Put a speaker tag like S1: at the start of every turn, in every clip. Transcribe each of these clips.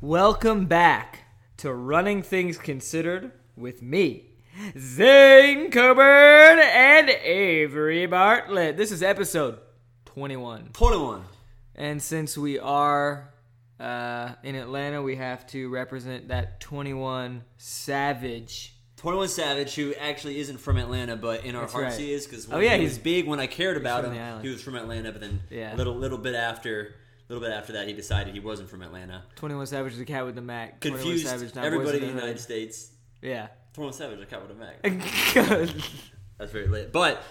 S1: Welcome back to Running Things Considered with me, Zane Coburn and Avery Bartlett. This is episode 21.
S2: 21.
S1: And since we are uh, in Atlanta, we have to represent that 21 Savage.
S2: 21 Savage, who actually isn't from Atlanta, but in our
S1: That's
S2: hearts
S1: right.
S2: he is, because
S1: Oh, yeah,
S2: he
S1: he's-
S2: was big when I cared about
S1: from
S2: him.
S1: the island.
S2: He was from Atlanta, but then
S1: Yeah.
S2: a little little bit after, little bit after that, he decided he wasn't from Atlanta.
S1: 21 Savage is the cat with the Mac. 21
S2: Confused
S1: Savage, not
S2: everybody
S1: Boys in
S2: in the
S1: Hood.
S2: United States. 21 Savage, I caught with a mag.
S1: Yeah.
S2: That's very lit. But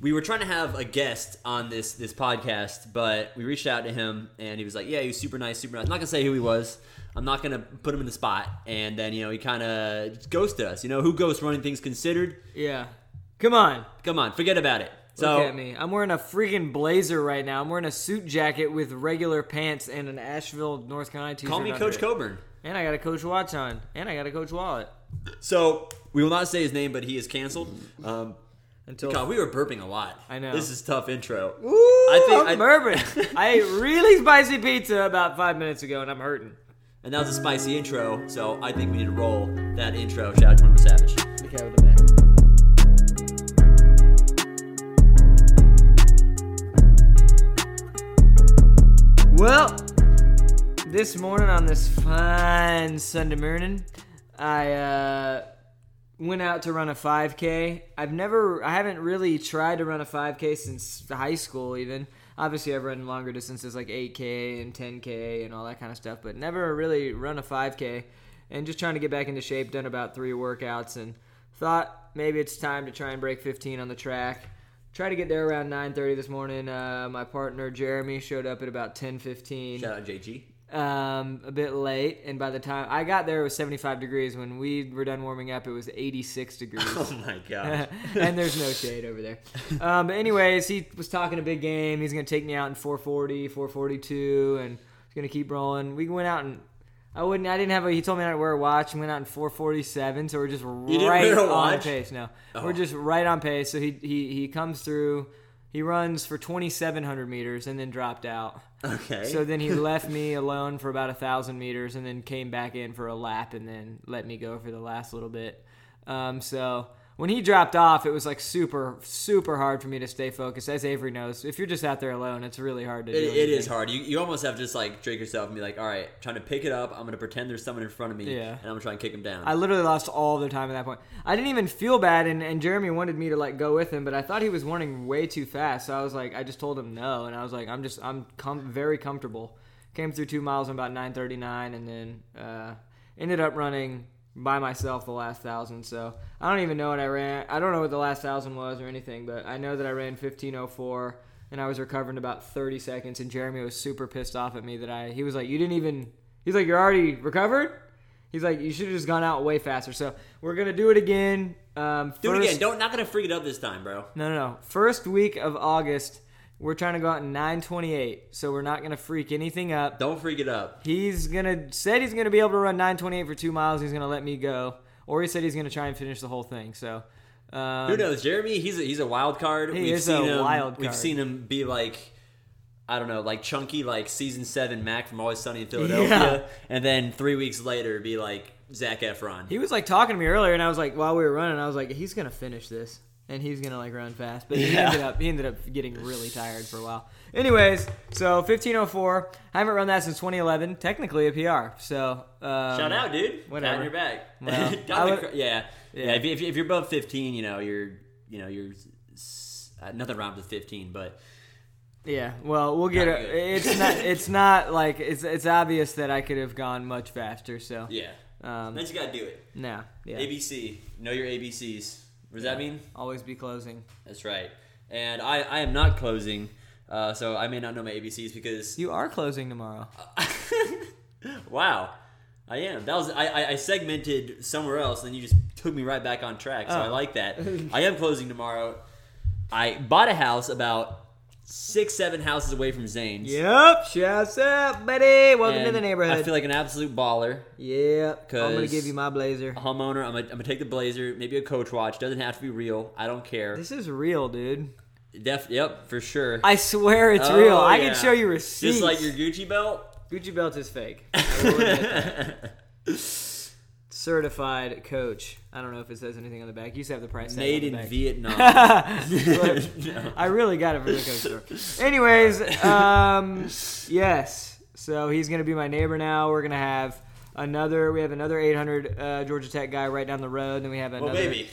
S2: we were trying to have a guest on this this podcast, but we reached out to him and he was like, "Yeah, he was super nice, super nice." I'm not gonna say who he was. I'm not gonna put him in the spot. And then you know he kind of ghosted us. You know who ghosts running things considered?
S1: yeah. Come on.
S2: Come on, forget about it. So
S1: Look at me. I'm wearing a freaking blazer right now. I'm wearing a suit jacket with regular pants and an Asheville, North Carolina t-shirt.
S2: call me
S1: under
S2: Coach
S1: it.
S2: Coburn.
S1: And I got a Coach Watch on. And I got a Coach Wallet.
S2: So we will not say his name, but he is canceled. Um,
S1: Until
S2: God, we were burping a lot.
S1: Oh. I know.
S2: this is tough intro.
S1: Ooh, I
S2: think
S1: am
S2: I-
S1: urban. I ate really spicy pizza about five minutes ago, and I'm hurting.
S2: And that was a spicy intro, so I think we need to roll that intro. Shout out to 21 Savage.
S1: Well, this morning on this fine Sunday morning, I uh, went out to run a 5K. I've never, I haven't really tried to run a 5K since high school, even. Obviously, I've run longer distances like 8K and 10K and all that kind of stuff, but never really run a 5K. And just trying to get back into shape, done about three workouts, and thought maybe it's time to try and break 15 on the track. Tried to get there around 9:30 this morning. Uh, my partner Jeremy showed up at about 10:15
S2: Shout out JG.
S1: um, a bit late, and by the time I got there, it was 75 degrees. When we were done warming up, it was 86 degrees.
S2: Oh my gosh.
S1: and there's no shade over there. Um, but anyways, he was talking a big game. He's gonna take me out in 440, 442, and he's gonna keep rolling. We went out and I wouldn't. I didn't have a. He told me not to wear a watch. and went out in 447, so we're just
S2: didn't
S1: right
S2: wear a
S1: on
S2: watch? Oh.
S1: pace. No, we're just right on pace. So he he he comes through. He runs for 2,700 meters and then dropped out.
S2: Okay.
S1: So then he left me alone for about a thousand meters, and then came back in for a lap, and then let me go for the last little bit. Um, so when he dropped off, it was like super, super hard for me to stay focused. As Avery knows, if you're just out there alone, it's really hard to do.
S2: It, it is
S1: anything.
S2: hard. You, you almost have to just like drink yourself and be like, all right, trying to pick it up. I'm going to pretend there's someone in front of me
S1: Yeah.
S2: and I'm going to try and kick him down.
S1: I literally lost all the time at that point. I didn't even feel bad, and, and Jeremy wanted me to like go with him, but I thought he was running way too fast. So I was like, I just told him no, and I was like, I'm just I'm com- very comfortable. Came through two miles in about 9:39, and then uh, ended up running by myself the last thousand. So I don't even know what I ran. I don't know what the last thousand was or anything, but I know that I ran 15:04. And I was recovering about 30 seconds, and Jeremy was super pissed off at me that I. He was like, "You didn't even." He's like, "You're already recovered." He's like, you should have just gone out way faster. So we're gonna do it again. Um,
S2: Do
S1: first-
S2: it again. Don't, not going to freak it up this time, bro.
S1: No, no, no. First week of August, we're trying to go out in 9:28. So we're not gonna freak anything up.
S2: Don't freak it up.
S1: He's gonna said he's gonna be able to run 9:28 for two miles. He's gonna let me go, or he said he's gonna try and finish the whole thing. So um,
S2: Who knows? Jeremy, he's a, he's a wild card.
S1: He is a wild
S2: We've
S1: card.
S2: seen him be like, I don't know, like chunky, like season seven Mac from Always Sunny in Philadelphia.
S1: Yeah.
S2: And then three weeks later, be like Zach Efron.
S1: He was like talking to me earlier, and I was like, while we were running, I was like, he's gonna finish this, and he's gonna like run fast. But he
S2: Yeah.
S1: ended up he ended up getting really tired for a while. Anyways, so 1504. I haven't run that since 2011. Technically a PR. So um,
S2: Shout out, dude.
S1: whatever.
S2: Pat on your back.
S1: Well,
S2: Pat
S1: I
S2: on the
S1: would-
S2: cr- yeah.
S1: Yeah.
S2: yeah. if, if, if you're above 15, you know, you're, you know, you're, s- uh, nothing rhymes with 15, but
S1: Yeah. Well, we'll get
S2: Not
S1: it.
S2: good.
S1: It's not. It's not like it's. It's obvious that I could have gone much faster. So
S2: yeah.
S1: um,
S2: Then you got to do it.
S1: no. Yeah.
S2: ABC. Know your ABCs. What does that mean?
S1: Always be closing.
S2: That's right. And I, I am not closing, uh, so I may not know my ABCs because.
S1: You are closing tomorrow.
S2: Uh, wow. I am. That was I, I, I segmented somewhere else, and then you just took me right back on track. So I
S1: Oh.
S2: like that. I am closing tomorrow. I bought a house about six, seven houses away from Zane's.
S1: Yep. Shouts out, buddy. Welcome to
S2: And
S1: the neighborhood.
S2: I feel like an absolute baller.
S1: yep. I'm gonna
S2: 'Cause-
S1: give you my blazer.
S2: A homeowner, I'm gonna, I'm gonna take the blazer, maybe a coach watch. Doesn't have to be real. I don't care.
S1: This is real, dude.
S2: Def, yep, for sure.
S1: I swear it's
S2: Oh,
S1: real. I
S2: yeah.
S1: can show you receipts.
S2: Just like your Gucci belt.
S1: Gucci belt is fake. I will admit that. Certified coach. I don't know if it says anything on the back. You used to have the price tag on
S2: Made
S1: the
S2: in
S1: back.
S2: Vietnam.
S1: I really got it from the coach store. Anyways, um, yes. So he's gonna be my neighbor now. We're gonna have another. We have another 800 uh, Georgia Tech guy right down the road. Then we have another.
S2: well, baby.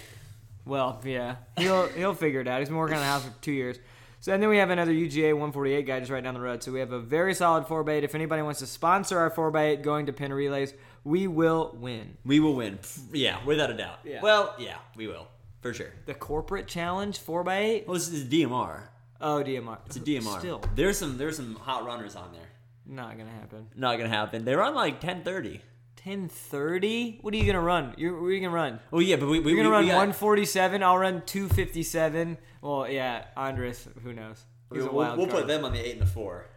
S1: Well, yeah, he'll he'll figure it out. He's been working on the house for two years. So and then we have another UGA 148 guy just right down the road. So we have a very solid four by eight. If anybody wants to sponsor our four by eight going to pin relays, we will win.
S2: We will win. Pff, Yeah, without a doubt.
S1: Yeah.
S2: Well, yeah, we will. For sure.
S1: The corporate challenge four by eight.
S2: Well, this is DMR.
S1: Oh, DMR.
S2: It's a DMR.
S1: Still
S2: There's some there's some hot runners on there.
S1: not gonna happen.
S2: Not gonna happen. They run like ten thirty.
S1: 10:30. What are you gonna run? You're what are you gonna run?
S2: Oh yeah, but we we,
S1: You're gonna
S2: we,
S1: run
S2: we got-
S1: 147. I'll run 257. Well, yeah, Andres. Who knows? He's
S2: We'll,
S1: a wild
S2: we'll put
S1: card.
S2: them on the eight and the four.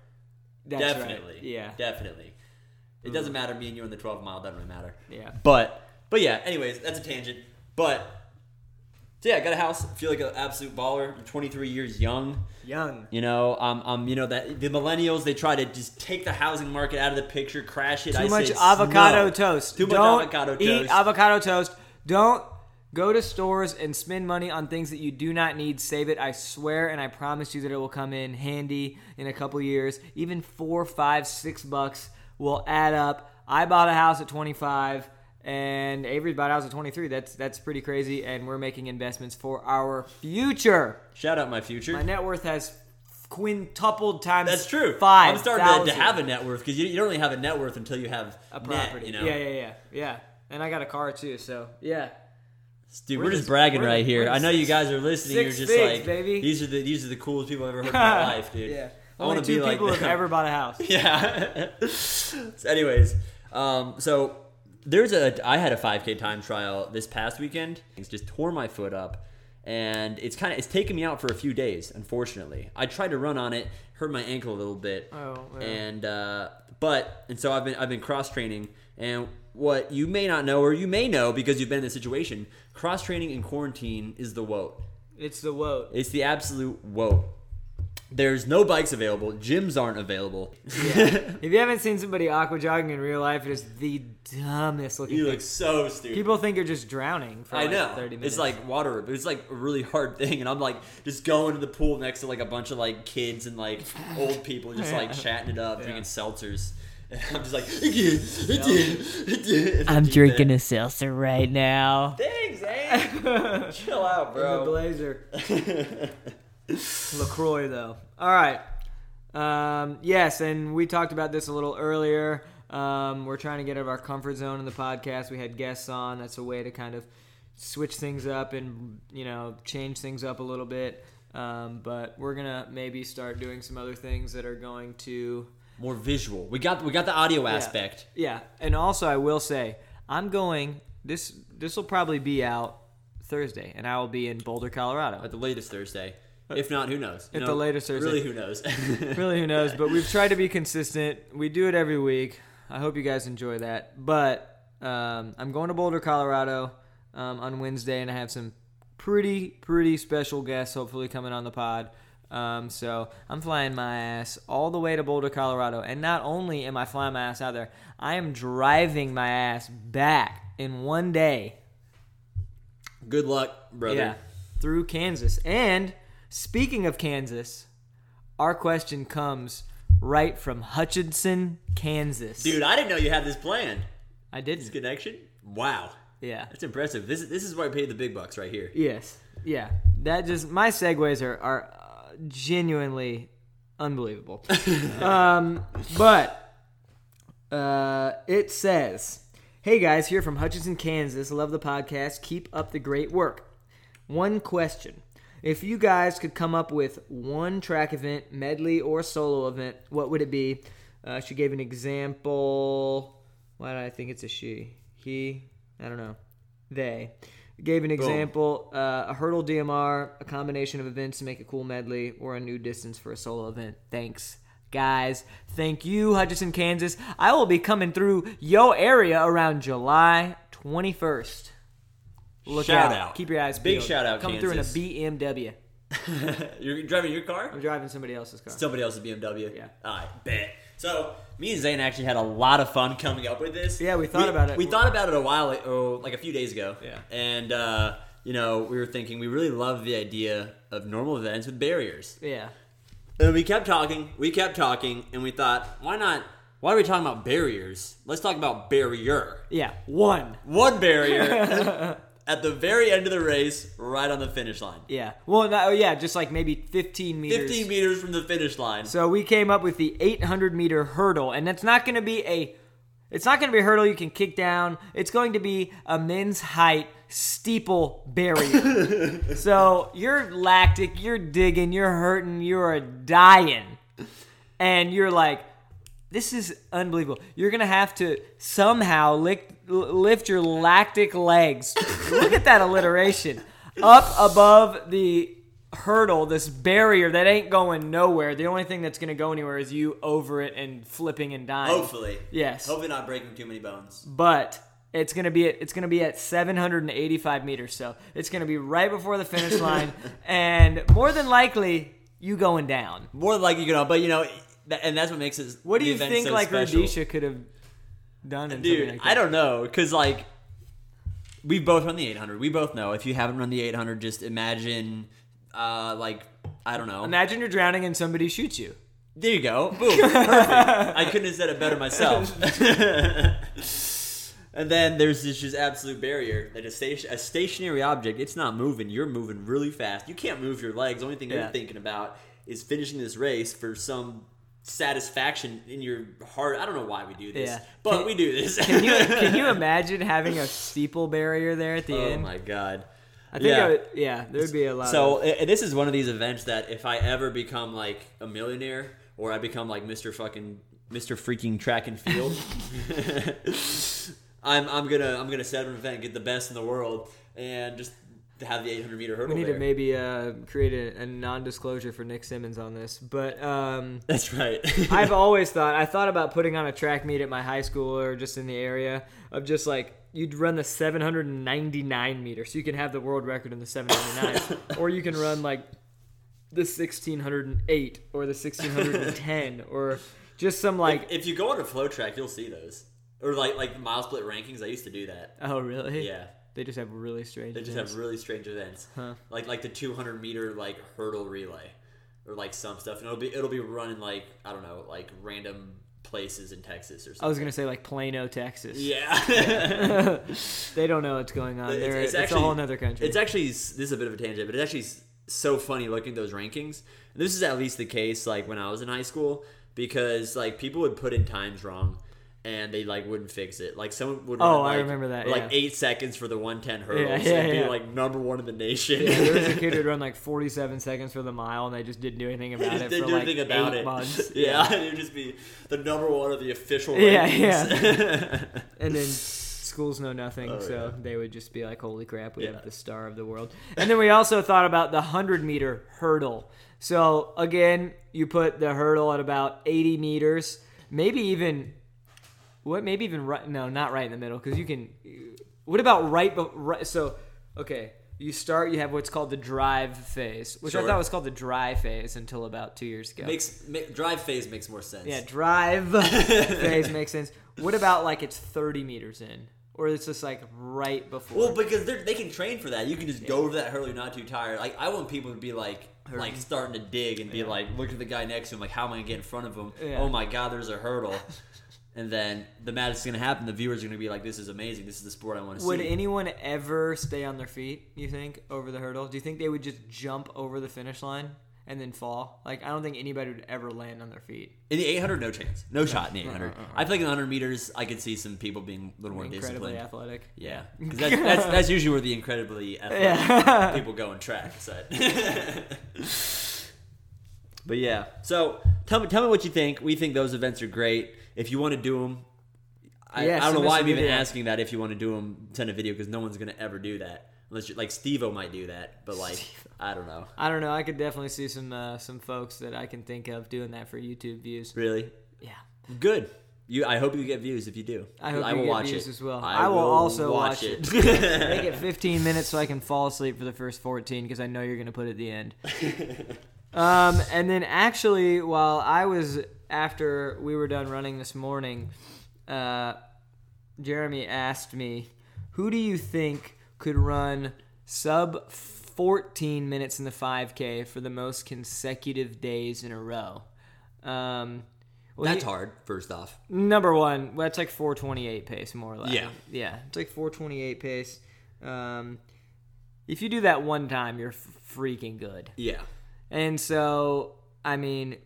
S1: That's right.
S2: definitely.
S1: Yeah. Mm.
S2: Definitely. It doesn't matter. Me and you on the twelve mile doesn't really matter.
S1: Yeah.
S2: But but yeah. Anyways, that's a tangent. But so yeah, I got a house. I feel like an absolute baller. I'm 23 years young.
S1: Young.
S2: You know, um, um, you know that the millennials they try to just take the housing market out of the picture, crash it. I
S1: Too
S2: say
S1: much
S2: it's
S1: avocado
S2: no.
S1: toast.
S2: Too much
S1: Don't
S2: avocado
S1: eat
S2: toast.
S1: avocado toast. Don't go to stores and spend money on things that you do not need. Save it. I swear and I promise you that it will come in handy in a couple years. Even four, five, six bucks will add up. I bought a house at 25 and Avery bought a house at 23. That's that's pretty crazy. And we're making investments for our future.
S2: Shout out my future.
S1: My net worth has quintupled times
S2: That's true.
S1: Five.
S2: I'm starting to- to, have a net worth because you, you don't really have a net worth until you have
S1: a
S2: net,
S1: property.
S2: you know,
S1: Yeah, yeah, yeah, yeah. And I got a car too, so yeah.
S2: dude, we're,
S1: We're
S2: just
S1: just-
S2: bragging
S1: we're-
S2: right here.
S1: we're
S2: I know you
S1: six-
S2: guys are listening. You're
S1: six
S2: just
S1: figs,
S2: like,
S1: baby.
S2: these are the these are the coolest people I've ever heard in my life, dude.
S1: Yeah.
S2: I
S1: Only
S2: want to
S1: two
S2: be like
S1: people
S2: them.
S1: have ever bought a house.
S2: yeah. so anyways, um, so there's a I had a 5K time trial this past weekend. It's just tore my foot up, and it's kind of it's taken me out for a few days. Unfortunately, I tried to run on it, hurt my ankle a little bit,
S1: Oh, yeah.
S2: and uh, but and so I've been I've been cross training and. What you may not know, or you may know because you've been in this situation, cross training in quarantine is the woat.
S1: It's the woat.
S2: It's the absolute woe. There's no bikes available. Gyms aren't available.
S1: if you haven't seen somebody aqua jogging in real life, it is the dumbest looking
S2: you
S1: thing.
S2: look so stupid.
S1: People think you're just drowning for
S2: I
S1: like
S2: know.
S1: 30 minutes.
S2: It's like water. but It's like a really hard thing, and I'm like just going to the pool next to like a bunch of like kids and like old people, just like chatting it up, drinking seltzers. And I'm just like, I did, I did, I did. and I do that.
S1: a seltzer right now.
S2: Thanks, eh? Chill out,
S1: The
S2: bro.
S1: blazer. LaCroix, though. All right. Um, yes, and we talked about this a little earlier. Um, we're trying to get out of our comfort zone in the podcast. We had guests on. That's a way to kind of switch things up and, you know, change things up a little bit. Um, but we're going to maybe start doing some other things that are going to.
S2: More visual. We got we got the audio aspect.
S1: Yeah, and also I will say I'm going. This this will probably be out Thursday, and I will be in Boulder, Colorado.
S2: At the latest Thursday. If not, who knows? You
S1: At
S2: know,
S1: the latest Thursday.
S2: Really, who knows?
S1: really who knows but we've tried to be consistent we do it every week i hope you guys enjoy that but um, i'm going to boulder colorado um, on wednesday and i have some pretty pretty special guests hopefully coming on the pod um, so i'm flying my ass all the way to boulder colorado and not only am i flying my ass out there i am driving my ass back in one day
S2: Good luck, brother.
S1: yeah, through Kansas. And speaking of Kansas, our question comes right from Hutchinson, Kansas.
S2: Dude, I didn't know you had this planned.
S1: I
S2: This
S1: did.
S2: connection? Wow.
S1: Yeah.
S2: That's impressive. This is this is where I paid the big bucks right here.
S1: Yes. Yeah. That just my segues are are uh, genuinely unbelievable. um, but uh, it says, "Hey guys, here from Hutchinson, Kansas. Love the podcast. Keep up the great work. One question: If you guys could come up with one track event, medley, or solo event, what would it be?" Uh, she gave an example. Why do I think it's a she? He? I don't know. They gave an example: uh, a hurdle DMR, a combination of events to make a cool medley, or a new distance for a solo event. Thanks guys. Thank you, Hutchinson, Kansas. I will be coming through yo area around July 21st. Look
S2: Shout
S1: out.
S2: out.
S1: Keep your eyes
S2: Big
S1: peeled.
S2: shout out,
S1: Come
S2: Kansas.
S1: through in a BMW.
S2: You're driving your car?
S1: I'm driving somebody else's car.
S2: Somebody else's BMW.
S1: Yeah.
S2: I bet. So me and Zane actually had a lot of fun coming up with this.
S1: Yeah, we thought about it.
S2: We thought about it a while, oh, like a few days ago.
S1: Yeah.
S2: and uh, you know, we were thinking we really love the idea of normal events with barriers.
S1: Yeah.
S2: And we kept talking, we kept talking, and we thought, why not? Why are we talking about barriers? Let's talk about barrier.
S1: Yeah. One.
S2: One barrier at the very end of the race, right on the finish line.
S1: Yeah. Well, no, yeah, just like maybe 15 meters.
S2: 15 meters from the finish line.
S1: So we came up with the 800 meter hurdle, and that's not going to be a, it's not going to be a hurdle you can kick down. It's going to be a men's height steeple barrier. so you're lactic, you're digging, you're hurting, you're dying, and you're like, this is unbelievable. You're gonna have to somehow lick, l- lift your lactic legs. Look at that alliteration up above the hurdle, this barrier that ain't going nowhere. The only thing that's gonna go anywhere is you over it and flipping and dying.
S2: Hopefully.
S1: Yes.
S2: Hopefully not breaking too many bones.
S1: But it's gonna be at, it's gonna be at 785 meters, so it's gonna be right before the finish line, and more than likely you going down.
S2: More than likely you could, but you know, that, and that's what makes it.
S1: What do
S2: the
S1: you
S2: event
S1: think
S2: so
S1: like
S2: special.
S1: Rhodesia could have done? in something
S2: Dude,
S1: like that?
S2: I don't know, because like we both run the 800. We both know if you haven't run the 800, just imagine, uh, like I don't know.
S1: Imagine you're drowning and somebody shoots you.
S2: There you go. Boom. Perfect. I couldn't have said it better myself. and then there's this just absolute barrier that a, station, a stationary object, it's not moving. You're moving really fast. You can't move your legs. The only thing
S1: Yeah.
S2: you're thinking about is finishing this race for some satisfaction in your heart. I don't know why we do this,
S1: Yeah.
S2: but
S1: Can-
S2: we do this.
S1: Can you can you imagine having a steeple barrier there at the
S2: oh
S1: end?
S2: my god.
S1: I think I would, yeah, there'd be a lot.
S2: So
S1: of,
S2: i- i- this is one of these events that if I ever become like a millionaire or I become like Mr. fucking Mr. freaking track and field, I'm I'm gonna I'm gonna set up an event, get the best in the world, and just have the 800 meter hurdle.
S1: we need
S2: there.
S1: to maybe uh, create a, a non-disclosure for Nick Simmons on this, but um,
S2: That's right.
S1: I've always thought I thought about putting on a track meet at my high school or just in the area of just like you'd run the 799 meter, so you can have the world record in the 799, or you can run like the 1608 or the 1610 or just some like
S2: if you go on a flow track, you'll see those or like like mile split rankings. I used to do that.
S1: oh really
S2: Yeah.
S1: They just have really strange.
S2: They just have really strange events, like like the 200 meter like hurdle relay, or like some stuff, and it'll be it'll be running like I don't know like random places in Texas or
S1: I
S2: something.
S1: was gonna say like Plano, Texas.
S2: yeah,
S1: They don't know what's going on. They're, it's, a whole other country.
S2: It's actually s- this is a bit of a tangent, but it's actually s- so funny looking at those rankings. And this is at least the case like when I was in high school because like people would put in times wrong. And they like wouldn't fix it. Like someone would.
S1: Oh,
S2: run,
S1: I
S2: like-
S1: remember that,
S2: Like
S1: yeah.
S2: eight seconds for the one ten hurdles.
S1: Yeah,
S2: and
S1: yeah,
S2: be
S1: yeah.
S2: like number one in the nation.
S1: yeah, there was a kid who'd run like 47 seconds for the mile, and they just didn't do anything about it
S2: They
S1: for
S2: do
S1: like
S2: think about
S1: eight
S2: it.
S1: months.
S2: Yeah, it would just be the number one of the official
S1: Yeah,
S2: rankings.
S1: and then schools know nothing,
S2: Oh,
S1: so
S2: yeah.
S1: they would just be like, "Holy crap, we
S2: Yeah.
S1: have the star of the world." And then we also thought about the hundred meter hurdle. So again, you put the hurdle at about eighty meters, maybe even what? Maybe even right? No, not right in the middle, because you can. What about right? But right, so okay. You start. You have what's called the drive phase, which I
S2: Sure.
S1: thought was called the dry phase until about two years ago.
S2: Makes ma- drive phase makes more sense.
S1: Yeah, drive phase makes sense. What about like it's 30 meters in? Or it's just like right before.
S2: Well, because they're- they can train for that. You can just go over that hurdle. You're not too tired. Like I want people to be like, like starting to dig and be like, look at the guy next to him. Like, how am I gonna get in front of him?
S1: Yeah.
S2: Oh my god, there's a hurdle. and then the magic's gonna happen. The viewers are gonna be like, this is amazing. This is the sport I want to
S1: would
S2: see.
S1: anyone ever stay on their feet, you think, over the hurdle? Do you think they would just jump over the finish line and then fall? Like, I don't think anybody would ever land on their feet.
S2: in the 800, no chance. No shot in the 800. I feel like in the 100 meters, I could see some people being a little more
S1: Uh-uh, Incredibly
S2: disciplined.
S1: athletic.
S2: Yeah, 'Cause that's, that's that's usually where the incredibly athletic people go in track. So. but yeah, so tell me tell me what you think. We think those events are great. If you want to do them, I,
S1: Yeah,
S2: I don't
S1: send
S2: know
S1: us
S2: why
S1: a
S2: I'm even
S1: video.
S2: asking that. If you want to do them, send a video because no one's gonna ever do that unless you like Steve-O might do that. But like I don't know,
S1: I don't know. I could definitely see some uh, some folks that I can think of doing that for YouTube views.
S2: really
S1: Yeah.
S2: good. You, I hope you get views if you do.
S1: I hope you
S2: will
S1: get
S2: watch
S1: views
S2: it
S1: as well. I will also watch
S2: it.
S1: Make it 15 minutes so I can fall asleep for the first 14 because I know you're going to put it at the end. Um, and then actually, while I was after we were done running this morning, uh, Jeremy asked me, "Who do you think could run sub 14 minutes in the 5K for the most consecutive days in a row?" Um, well,
S2: That's
S1: he-
S2: hard, first off.
S1: Number one, well, it's like 428 pace, more or less.
S2: Yeah.
S1: Yeah. It's like 428 pace. Um, if you do that one time, you're f- freaking good.
S2: Yeah.
S1: And so, I mean,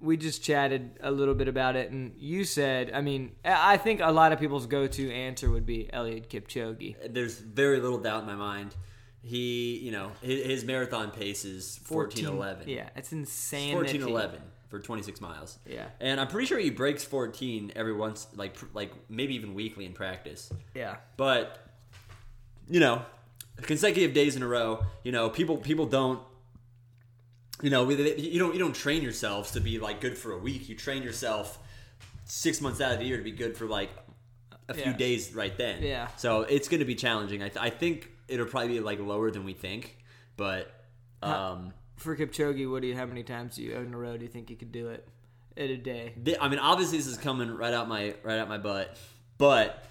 S1: we just chatted a little bit about it, and you said, I mean, I I think a lot of people's go to answer would be Elliot Kipchoge.
S2: There's very little doubt in my mind. He, you know, his, his marathon pace is 1411.
S1: Yeah, it's insane.
S2: Fourteen eleven for 26 miles.
S1: Yeah.
S2: And I'm pretty sure he breaks 14 every once, like, pr- like maybe even weekly in practice.
S1: Yeah.
S2: But you know, consecutive days in a row, you know, people people don't you know, we- they- you don't you don't train yourselves to be like good for a week. You train yourself 6 months out of the year to be good for like a few
S1: Yeah.
S2: days right then.
S1: Yeah.
S2: So it's going to be challenging. I, th- I think it'll probably be like lower than we think, but um
S1: For Kipchoge, what do you, how many times do you in a row do you think you could do it in a day?
S2: Th- I mean, obviously this is coming right out my right out my butt, but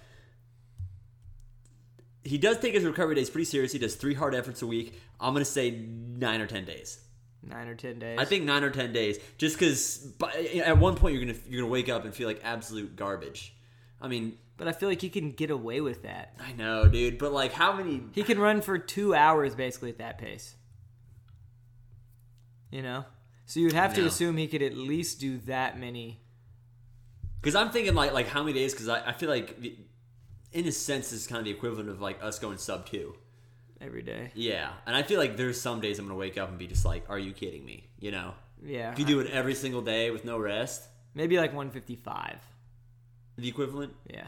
S2: he does take his recovery days pretty serious. He does three hard efforts a week. I'm gonna say nine or ten days.
S1: Nine or 10 days?
S2: I think nine or ten days, just because at one point you're gonna you're gonna wake up and feel like absolute garbage. I mean,
S1: But I feel like he can get away with that.
S2: I know, dude, but like, how many?
S1: He can run for two hours basically at that pace. You know? So you'd have to
S2: No.
S1: assume he could at least do that many.
S2: Because I'm thinking like like how many days? Because I, I feel like, the- in a sense, this is kind of the equivalent of like us going sub two.
S1: Every day,
S2: Yeah, and I feel like there's some days I'm gonna wake up and be just like, "Are you kidding me?" You know,
S1: yeah.
S2: if you do it every single day with no rest,
S1: maybe like 155.
S2: the equivalent.
S1: Yeah,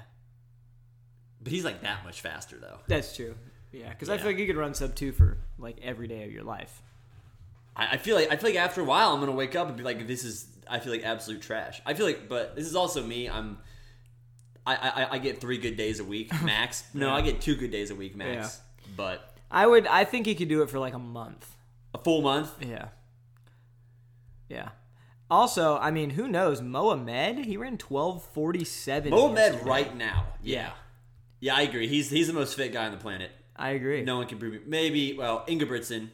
S2: But he's like that much faster though.
S1: that's true. Yeah, because I
S2: Yeah.
S1: feel like you could run sub two for like every day of your life.
S2: I, I feel like I feel like after a while I'm gonna wake up and be like, "This is." I feel like absolute trash. I feel like, but this is also me. I'm. I I, I get three good days a week max. No, I get two good days a week max. But
S1: I would. I think he could do it for like a month.
S2: a full month.
S1: Yeah. Yeah. Also, I mean, who knows? Mohamed, he ran 1247.
S2: Mohamed
S1: yesterday.
S2: right now. Yeah. Yeah, I agree. He's he's the most fit guy on the planet.
S1: I agree.
S2: No one can prove it. Maybe well, Ingebrigtsen.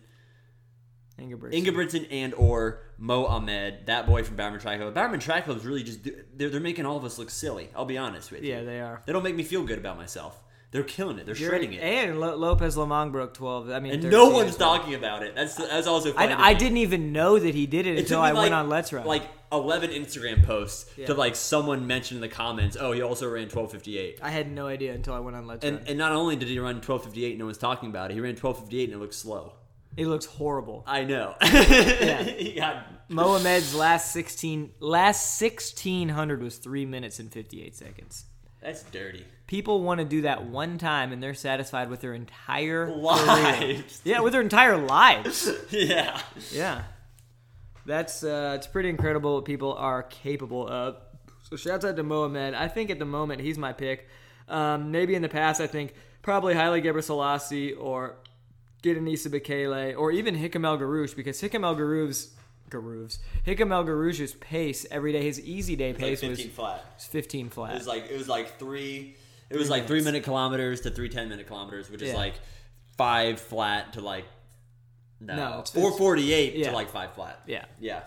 S1: Ingebrigtsen.
S2: Ingebrigtsen and or Mo Ahmed, that boy from Bowerman Track Club. Bowerman Track Club's really just do- they're, they're making all of us look silly. I'll be honest with you.
S1: Yeah, they are.
S2: They don't make me feel good about myself. They're killing it. They're shredding it.
S1: And Lo- Lopez Lamong broke 12. I mean,
S2: And
S1: 13
S2: no
S1: as
S2: one's
S1: well.
S2: talking about it. That's that's also funny. to
S1: I, I
S2: me.
S1: didn't even know that he did it,
S2: It took
S1: until
S2: me,
S1: I
S2: like-
S1: went on Let's Run.
S2: Like 11 Instagram posts
S1: Yeah.
S2: to like someone mention in the comments, "Oh, he also ran 12:58."
S1: I had no idea until I went on Let's
S2: And
S1: Run.
S2: and not only did he run 12:58, no one's talking about it. He ran 12:58 and it looked slow.
S1: It looks horrible.
S2: I know. he got
S1: Mohamed's last 16 last 1600 was 3 minutes and 58 seconds.
S2: that's dirty.
S1: People want to do that one time and they're satisfied with their entire career.
S2: Lives.
S1: Yeah, with their entire lives.
S2: yeah.
S1: Yeah. That's uh, it's pretty incredible what people are capable of. So shouts out to Mohamed. I think at the moment he's my pick. Um, maybe in the past I think probably Haile Gebrselassie or Gidanisa Bekele or even Hikam El Garouche because Hikam El Garouche's Garouche's Hikam El Garouche's pace every day his easy day pace was,
S2: flat.
S1: was 15 flat.
S2: It was like it was like three. It was like three minute kilometers to three ten minute kilometers, which is
S1: Yeah.
S2: like five flat to like no,
S1: No, it's-
S2: four forty eight
S1: yeah.
S2: to like five flat.
S1: yeah.
S2: Yeah,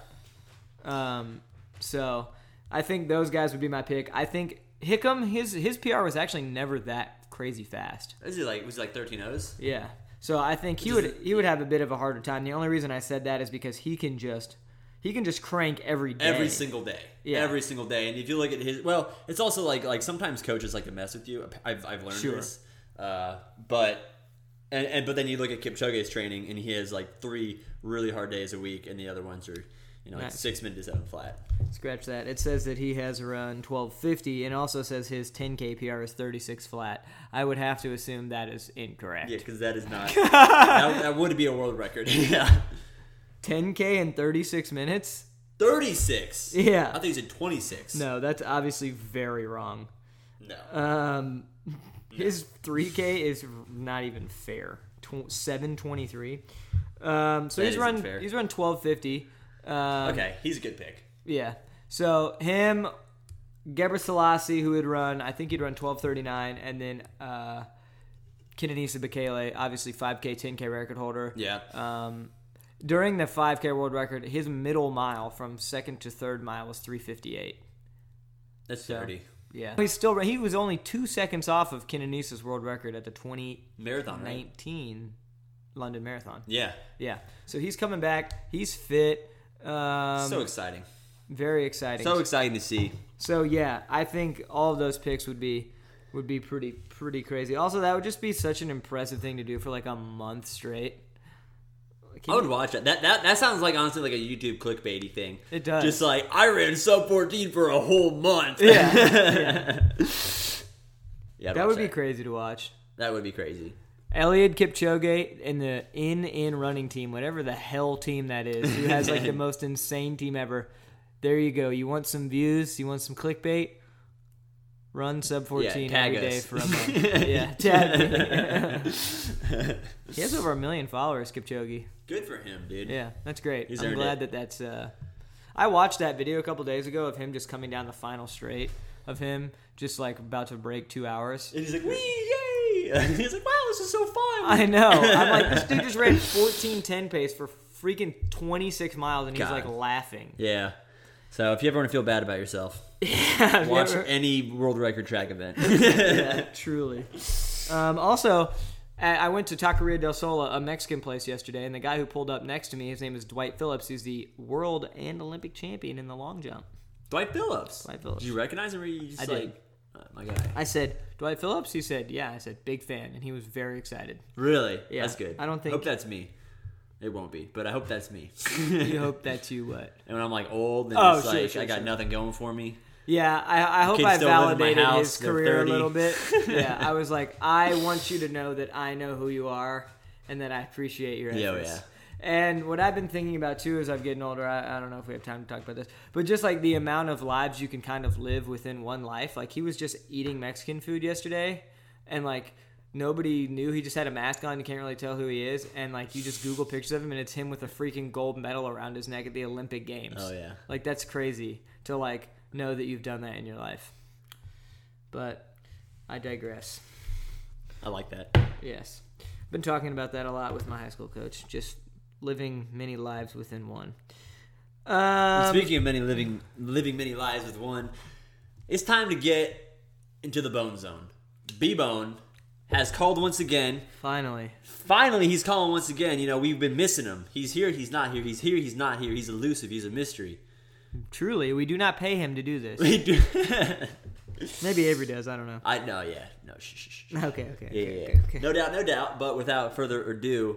S1: Um, so I think those guys would be my pick. I think Hickam his his PR was actually never that crazy fast.
S2: was he like was he like thirteen O's?
S1: Yeah. So I think he would he would have a bit of a harder time. The only reason I said that is because he can just he can just crank every day.
S2: Every single day,
S1: Yeah.
S2: every single day, and if you look at his, well, it's also like like sometimes coaches like to mess with you. I've, I've learned
S1: Sure.
S2: this, uh, but and, and but then you look at Kipchoge's training, and he has like three really hard days a week, and the other ones are you know like
S1: Nice.
S2: six minutes seven flat.
S1: scratch that. It says that he has run 1250 and also says his 10k PR is 36 flat. I would have to assume that is incorrect.
S2: Yeah, because that is not. that, that would be a world record. yeah.
S1: 10k in 36 minutes?
S2: 36.
S1: Yeah.
S2: I thought you said 26.
S1: No, that's obviously very wrong.
S2: No.
S1: Um, his 3K is not even fair. Tw- 723. Um, so
S2: That
S1: he's
S2: isn't
S1: run
S2: fair.
S1: he's run 1250. Um,
S2: okay, he's a good pick.
S1: Yeah. So him, Gebre Selassie, who had run, I think he'd run 12:39, and then uh, Kenenisa Bekele, obviously 5K, 10K record holder.
S2: Yeah.
S1: Um, during the 5K world record, his middle mile from second to third mile was 358.
S2: That's
S1: so-
S2: dirty.
S1: Yeah, he's still he was only two seconds off of Kenenisa's world record at the 2019
S2: Marathon, right?
S1: London Marathon.
S2: Yeah.
S1: Yeah, so he's coming back. He's fit. Um,
S2: so exciting.
S1: very exciting.
S2: So exciting to see.
S1: So yeah, I think all of those picks would be would be pretty pretty crazy. Also, that would just be such an impressive thing to do for like a month straight. Can
S2: I would watch that. That that that sounds like honestly like a YouTube clickbaity thing.
S1: It does.
S2: Just like I ran sub fourteen for a whole month.
S1: Yeah.
S2: yeah.
S1: that
S2: I'd watch
S1: would be crazy to watch.
S2: That would be crazy.
S1: Elliot Kipchoge in the in in running team, whatever the hell team that is, who has like the most insane team ever. There you go. You want some views? You want some clickbait? Run sub fourteen
S2: Yeah, tag
S1: every day
S2: us.
S1: for a month. yeah, tag. me. he has over a million followers, Kipchoge.
S2: Good for him, dude.
S1: Yeah, that's great.
S2: He's
S1: I'm
S2: earned
S1: glad that that's. Uh, I watched that video a couple days ago of him just coming down the final straight of him just like about to break two hours.
S2: And he's like, wee, yay! he's like, wow, this is so fun.
S1: I know. I'm like, this dude just ran 14:10 pace for freaking 26 miles, and he's
S2: God.
S1: like laughing.
S2: Yeah. So if you ever want to feel bad about yourself,
S1: I've
S2: watch
S1: never-
S2: any world record track event.
S1: yeah, truly. Um, also, I I went to Taqueria del Sol, a Mexican place, yesterday, and the guy who pulled up next to me, his name is Dwight Phillips. He's the world and Olympic champion in the long jump.
S2: Dwight Phillips.
S1: Dwight Phillips.
S2: Did you recognize him? Or were you just
S1: I did.
S2: like, "Oh, my guy?
S1: I said, Dwight Phillips? He said, yeah. I said, big fan. And he was very excited.
S2: Really?
S1: Yeah.
S2: That's good.
S1: I don't think-
S2: Hope that's me. It won't be, but I hope that's me.
S1: You hope that's you uh, what?
S2: and when I'm like old and
S1: Oh,
S2: it's
S1: sure,
S2: like
S1: sure,
S2: I got
S1: sure.
S2: nothing going for me.
S1: Yeah, I, I hope
S2: Kids
S1: I
S2: still live in my
S1: validated his
S2: house, they're
S1: career a
S2: 30.
S1: little bit. Yeah, I was like, I want you to know that I know who you are and that I appreciate your
S2: Yeah, oh,
S1: efforts.
S2: yeah.
S1: And what I've been thinking about too as I'm getting older, I, I don't know if we have time to talk about this, but just like the amount of lives you can kind of live within one life. Like he was just eating Mexican food yesterday and like nobody knew. He just had a mask on. You can't really tell who he is. And like you just Google pictures of him and it's him with a freaking gold medal around his neck at the Olympic Games.
S2: Oh, yeah.
S1: Like that's crazy to like know that you've done that in your life. But I digress.
S2: I like that.
S1: Yes. Been talking about that a lot with my high school coach, just living many lives within one. Um,
S2: Speaking of many living living many lives with one, it's time to get into the bone zone. B Bone has called once again.
S1: finally.
S2: Finally, he's calling once again. You know, we've been missing him. He's here, he's not here. He's here, he's not here. He's elusive, he's a mystery.
S1: Truly, we do not pay him to do this.
S2: We do-
S1: Maybe Avery does, I don't know.
S2: I no, yeah. No, shh, shh, shh. shh.
S1: Okay, okay.
S2: Yeah,
S1: okay,
S2: yeah,
S1: okay,
S2: yeah.
S1: okay.
S2: No doubt, no doubt. But without further ado,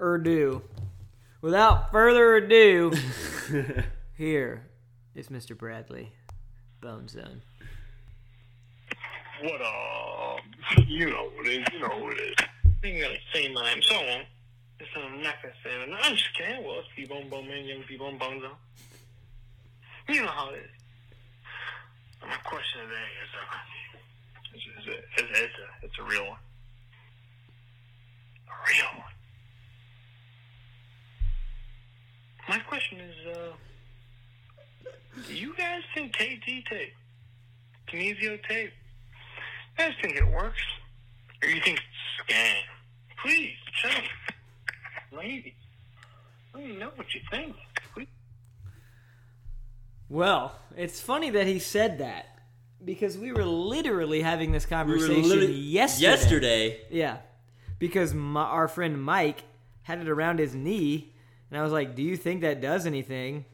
S1: Urdu. Without further ado, here is Mr. Bradley, Bone Zone.
S3: what uh you know what it is, you know what it is. You gotta say my name. So on. Just I'm not gonna say my name. I'm just kidding. Well it's P Bone Bone Man, young P Bone Bone Zone. You know how it is. My question today is uh it's, it's, a, it's, it's uh, a it's a real one. A real one. My question is uh do you guys think KT tape? Kinesio tape? I just think it works. Or you think it's a scam? Please, tell me. Lady, let me know what you think. Please.
S1: Well, it's funny that he said that because we were literally having this
S2: we were
S1: conversation
S2: literally
S1: yesterday.
S2: Yesterday,
S1: Yeah. Because my, our friend Mike had it around his knee, and I was like, Do you think that does anything?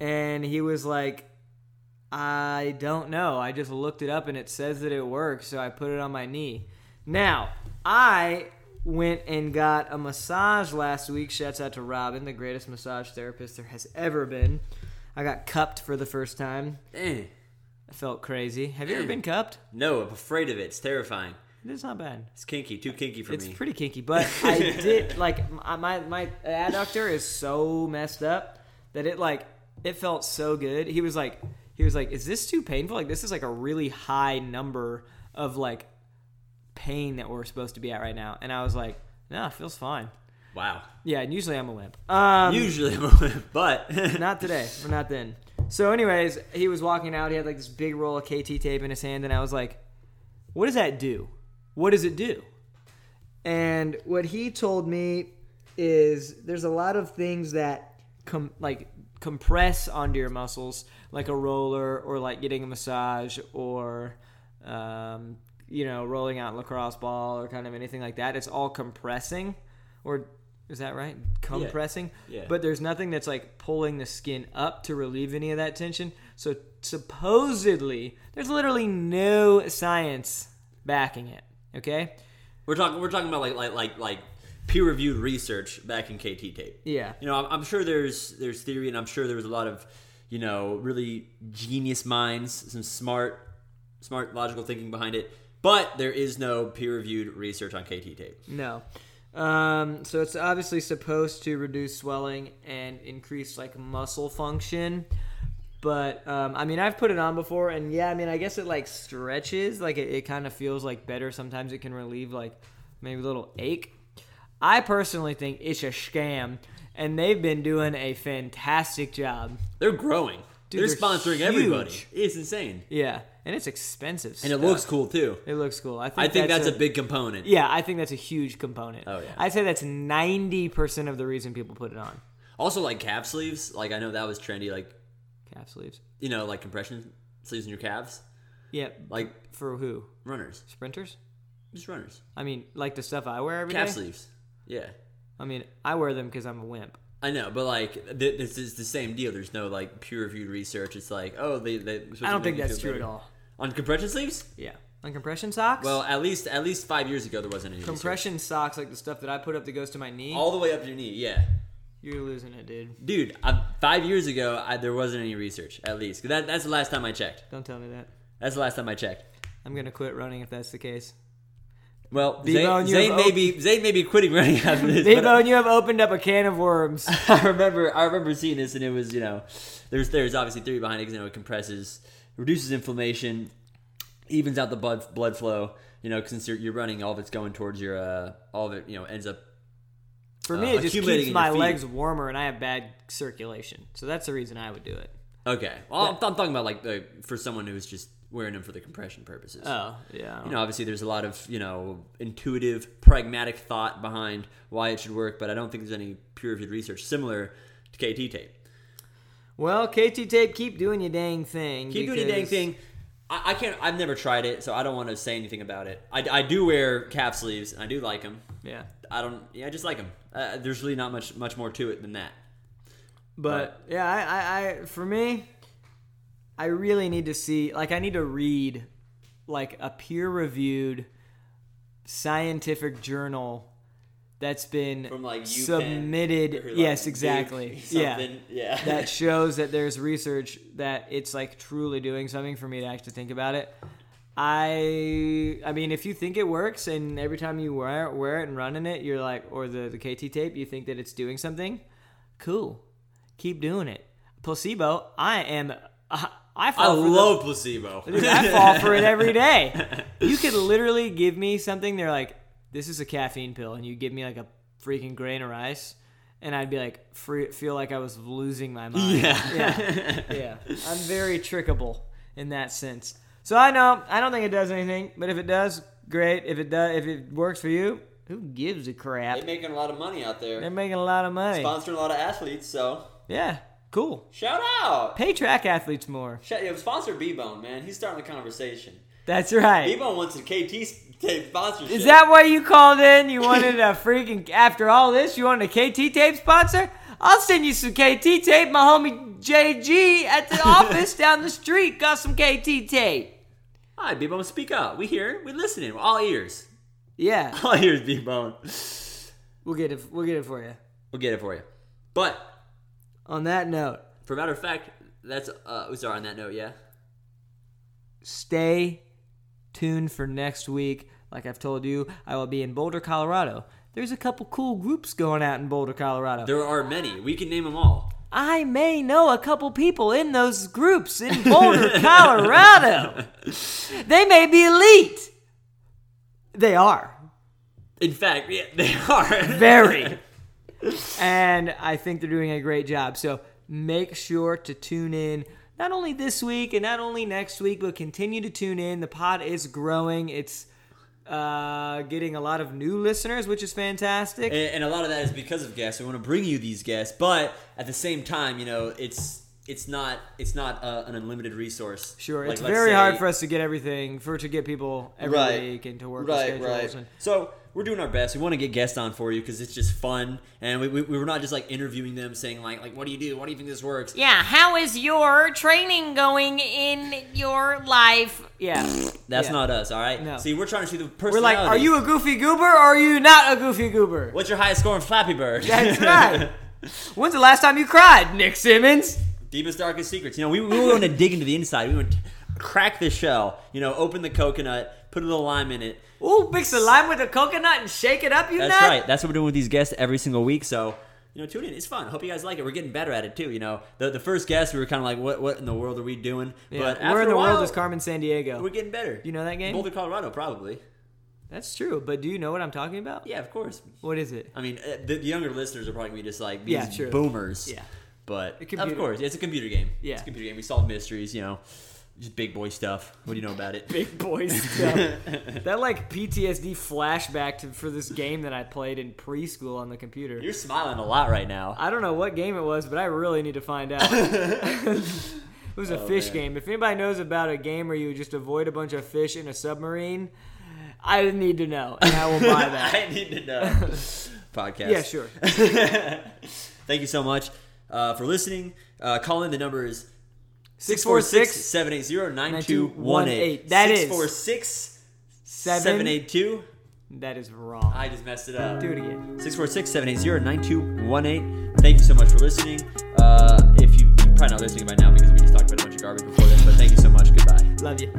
S1: And he was like, I don't know. I just looked it up and it says that it works, so I put it on my knee. Now, I went and got a massage last week. Shouts out to Robin, the greatest massage therapist there has ever been. I got cupped for the first time.
S2: Eh.
S1: I felt crazy. Have you ever been cupped?
S2: no, I'm afraid of it. It's terrifying.
S1: It's not bad.
S2: It's kinky, too kinky for
S1: It's
S2: me.
S1: pretty kinky, but I did like my my- my adductor is so messed up that it like it felt so good. He was like he was like, "Is this too painful? Like this is like a really high number of like pain that we're supposed to be at right now." And I was like, "No, it feels fine."
S2: wow.
S1: Yeah, and usually I'm a wimp. Um,
S2: Usually, I'm a- but
S1: not today. We're not then. So, anyways, he was walking out. He had like this big roll of KT tape in his hand, and I was like, "What does that do? What does it do?" And what he told me is there's a lot of things that com- like compress onto your muscles, like a roller or like getting a massage or um, you know rolling out lacrosse ball or kind of anything like that. It's all compressing, or is that right? Compressing.
S2: Yeah.
S1: But there's nothing that's like pulling the skin up to relieve any of that tension. So supposedly, there's literally no science backing it. Okay.
S2: We're talking we're talking about like like like like peer reviewed research back in KT tape.
S1: Yeah.
S2: You know, I'm, I'm sure there's there's theory, and I'm sure there was a lot of you know really genius minds, some smart smart logical thinking behind it. But there is no peer reviewed research on KT tape.
S1: No. Um, so it's obviously supposed to reduce swelling and increase like muscle function. But um, I mean, I've put it on before, and yeah, I mean, I guess it like stretches, like it, it kind of feels like better. Sometimes it can relieve like maybe a little ache. I personally think it's a scam, and they've been doing a fantastic job.
S2: They're growing.
S1: Dude,
S2: they're,
S1: they're
S2: sponsoring everybody.
S1: huge.
S2: It's insane,
S1: Yeah, and it's expensive.
S2: and it looks cool too.
S1: it looks cool. I think
S2: I think that's,
S1: a
S2: a, big component.
S1: yeah. I think that's a huge component.
S2: Oh, yeah.
S1: I'd say that's ninety percent of the reason people put it on.
S2: Also, like calf sleeves. Like I know that was trendy. Like
S1: Calf sleeves.
S2: you know, like compression sleeves in your calves.
S1: Yeah.
S2: Like
S1: For who?
S2: runners,
S1: Sprinters?
S2: just runners.
S1: I mean, like the stuff I wear every day.
S2: Calf sleeves. Yeah.
S1: I mean, I wear them because I'm a wimp.
S2: I know, but like th- this is the same deal. There's no like peer reviewed research. It's like, oh, they. they
S1: I don't think that's true at all.
S2: On compression sleeves?
S1: Yeah. On compression socks?
S2: Well, at least at least five years ago there wasn't any research.
S1: compression socks, like the stuff that I put up that goes to my knee,
S2: all the way up to your knee. Yeah,
S1: you're losing it, dude.
S2: dude. I, five years ago I, there wasn't any research. At least that, that's the last time I checked.
S1: Don't tell me that.
S2: That's the last time I checked.
S1: I'm going to quit running if that's the case.
S2: Well,
S1: Debo,
S2: Zayn
S1: you have
S2: Zayn may
S1: op-
S2: be Zayn may be quitting running after this. but-
S1: Debo, you have opened up a can of worms.
S2: I remember I remember seeing this and it was you know there's there's obviously theory behind it 'cause, you know it compresses reduces inflammation evens out the blood blood flow you know since you're, you're running all of it's going towards your uh, all of it you know ends up
S1: For me,
S2: Uh,
S1: it just
S2: accumulating
S1: keeps
S2: in
S1: my
S2: your feet.
S1: legs warmer and I have bad circulation. So that's the reason I would do it.
S2: okay well, I'm, I'm talking about like the, for someone who's just wearing them for the compression purposes
S1: Oh, yeah.
S2: you know obviously there's a lot of you know intuitive pragmatic thought behind why it should work but I don't think there's any peer reviewed research similar to KT tape
S1: Well, KT tape, keep doing your dang thing.
S2: Keep doing your dang
S1: because-
S2: thing. I, I can't. I've never tried it, so I don't want to say anything about it. I, I do wear calf sleeves, and I do like them.
S1: Yeah.
S2: I don't. Yeah, I just like them. Uh, there's really not much much more to it than that.
S1: But yeah, I, I, I for me, I really need to see like I need to read like a peer reviewed scientific journal that's been
S2: From like you
S1: submitted. yes, exactly. Yeah.
S2: Yeah.
S1: that shows that there's research that it's like truly doing something for me to actually think about it. I I mean, if you think it works and every time you wear wear it and run in it, you're like, or the the KT tape, you think that it's doing something. Cool, keep doing it. Placebo, I am. I, I
S2: I
S1: fall for the-
S2: love placebo.
S1: Dude, I fall for it every day. You could literally give me something. They're like, this is a caffeine pill, and you give me like a freaking grain of rice, and I'd be like, free, feel like I was losing my mind.
S2: Yeah.
S1: yeah, yeah. I'm very trickable in that sense. So I know I don't think it does anything, but if it does, great. If it does, if it works for you, who gives a crap?
S2: They're making a lot of money out
S1: They're
S2: there,
S1: making a lot of money.
S2: sponsoring a lot of athletes. So
S1: Yeah, cool.
S2: shout out.
S1: Pay track athletes more.
S2: Shout, yeah, sponsor B Bone, man. He's starting the conversation.
S1: That's
S2: B
S1: right.
S2: Bone wants a KT tape sponsorship.
S1: Is that why you called in? You wanted a freaking after all this, you wanted a KT tape sponsor? I'll send you some KT tape. My homie JG at the office down the street got some KT tape.
S2: Hi, B Bone. Speak up. We hear. We listening. We're all ears.
S1: Yeah,
S2: All ears, B Bone.
S1: we'll get it. We'll get it for you.
S2: We'll get it for you. But
S1: On that note,
S2: for a matter of fact, that's uh we sorry on that note, yeah.
S1: stay tuned for next week. Like I've told you, I will be in Boulder, Colorado. There's a couple cool groups going out in Boulder, Colorado.
S2: There are many. We can name them all.
S1: I may know a couple people in those groups in Boulder, Colorado. They may be elite. They are.
S2: In fact, yeah, they are.
S1: Very. and I think they're doing a great job. So make sure to tune in not only this week and not only next week, but continue to tune in. The pod is growing. It's uh, getting a lot of new listeners, which is fantastic.
S2: and, and a lot of that is because of guests. We want to bring you these guests, but at the same time, you know, it's it's not it's not uh, an unlimited resource.
S1: Sure,
S2: Like,
S1: it's
S2: let's
S1: very
S2: say-
S1: hard for us to get everything for to get people every week and to work with schedules. And,
S2: So we're doing our best. We want to get guests on for you because it's just fun, and we, we, we were not just like interviewing them, saying like like what do you do? What do you think this works?
S4: Yeah, how is your training going in your life?
S1: yeah,
S2: That's
S1: Yeah.
S2: not us, all right.
S1: No.
S2: See, we're trying to see the personality.
S1: we're like, are you a goofy goober or are you not a goofy goober?
S2: What's your highest score in Flappy Bird?
S1: That's right. When's the last time you cried, Nick Simmons?
S2: Deepest, darkest secrets. You know, we, we want to dig into the inside. We want to crack the shell. You know, open the coconut, put a little lime in it.
S1: Ooh, mix the lime with the coconut and shake it up, you
S2: That's
S1: nut.
S2: right. That's what we're doing with these guests every single week. So, you know, tune in. It's fun. Hope you guys like it. We're getting better at it too. You know, the, the first guest we were kind of like, what what in the world are we doing?
S1: Yeah,
S2: But
S1: where
S2: after
S1: in the
S2: a while,
S1: world is Carmen San Diego?
S2: We're getting better.
S1: You know that game?
S2: Boulder, Colorado, probably.
S1: That's true, but do you know what I'm talking about?
S2: Yeah, of course.
S1: What is it?
S2: I mean, uh, the, the younger listeners are probably gonna be just like these
S1: Yeah, true.
S2: boomers.
S1: Yeah.
S2: But
S1: A computer.
S2: of course, it's a computer game.
S1: Yeah.
S2: it's a computer game. We solve mysteries. You know, just big boy stuff. What do you know about it?
S1: Big boy stuff. that like PTSD flashback to, for this game that I played in preschool on the computer.
S2: You're smiling a lot right now.
S1: I don't know what game it was, but I really need to find out. it was a
S2: Oh,
S1: fish
S2: man.
S1: game. If anybody knows about a game where you just avoid a bunch of fish in a submarine, I need to know, and I will buy that.
S2: I need to know. Podcast.
S1: Oh, yeah, sure.
S2: Thank you so much uh, for listening. Uh, call in. The number is 646 780 9218.
S1: That is-
S2: 646
S1: Seven.
S2: 782.
S1: That is wrong.
S2: I just messed it up.
S1: Do it again.
S2: 646-780-9218. Thank you so much for listening. Uh, if you, you're probably not listening by now because we just talked about a bunch of garbage before this, but thank you so much. Goodbye.
S1: Love you.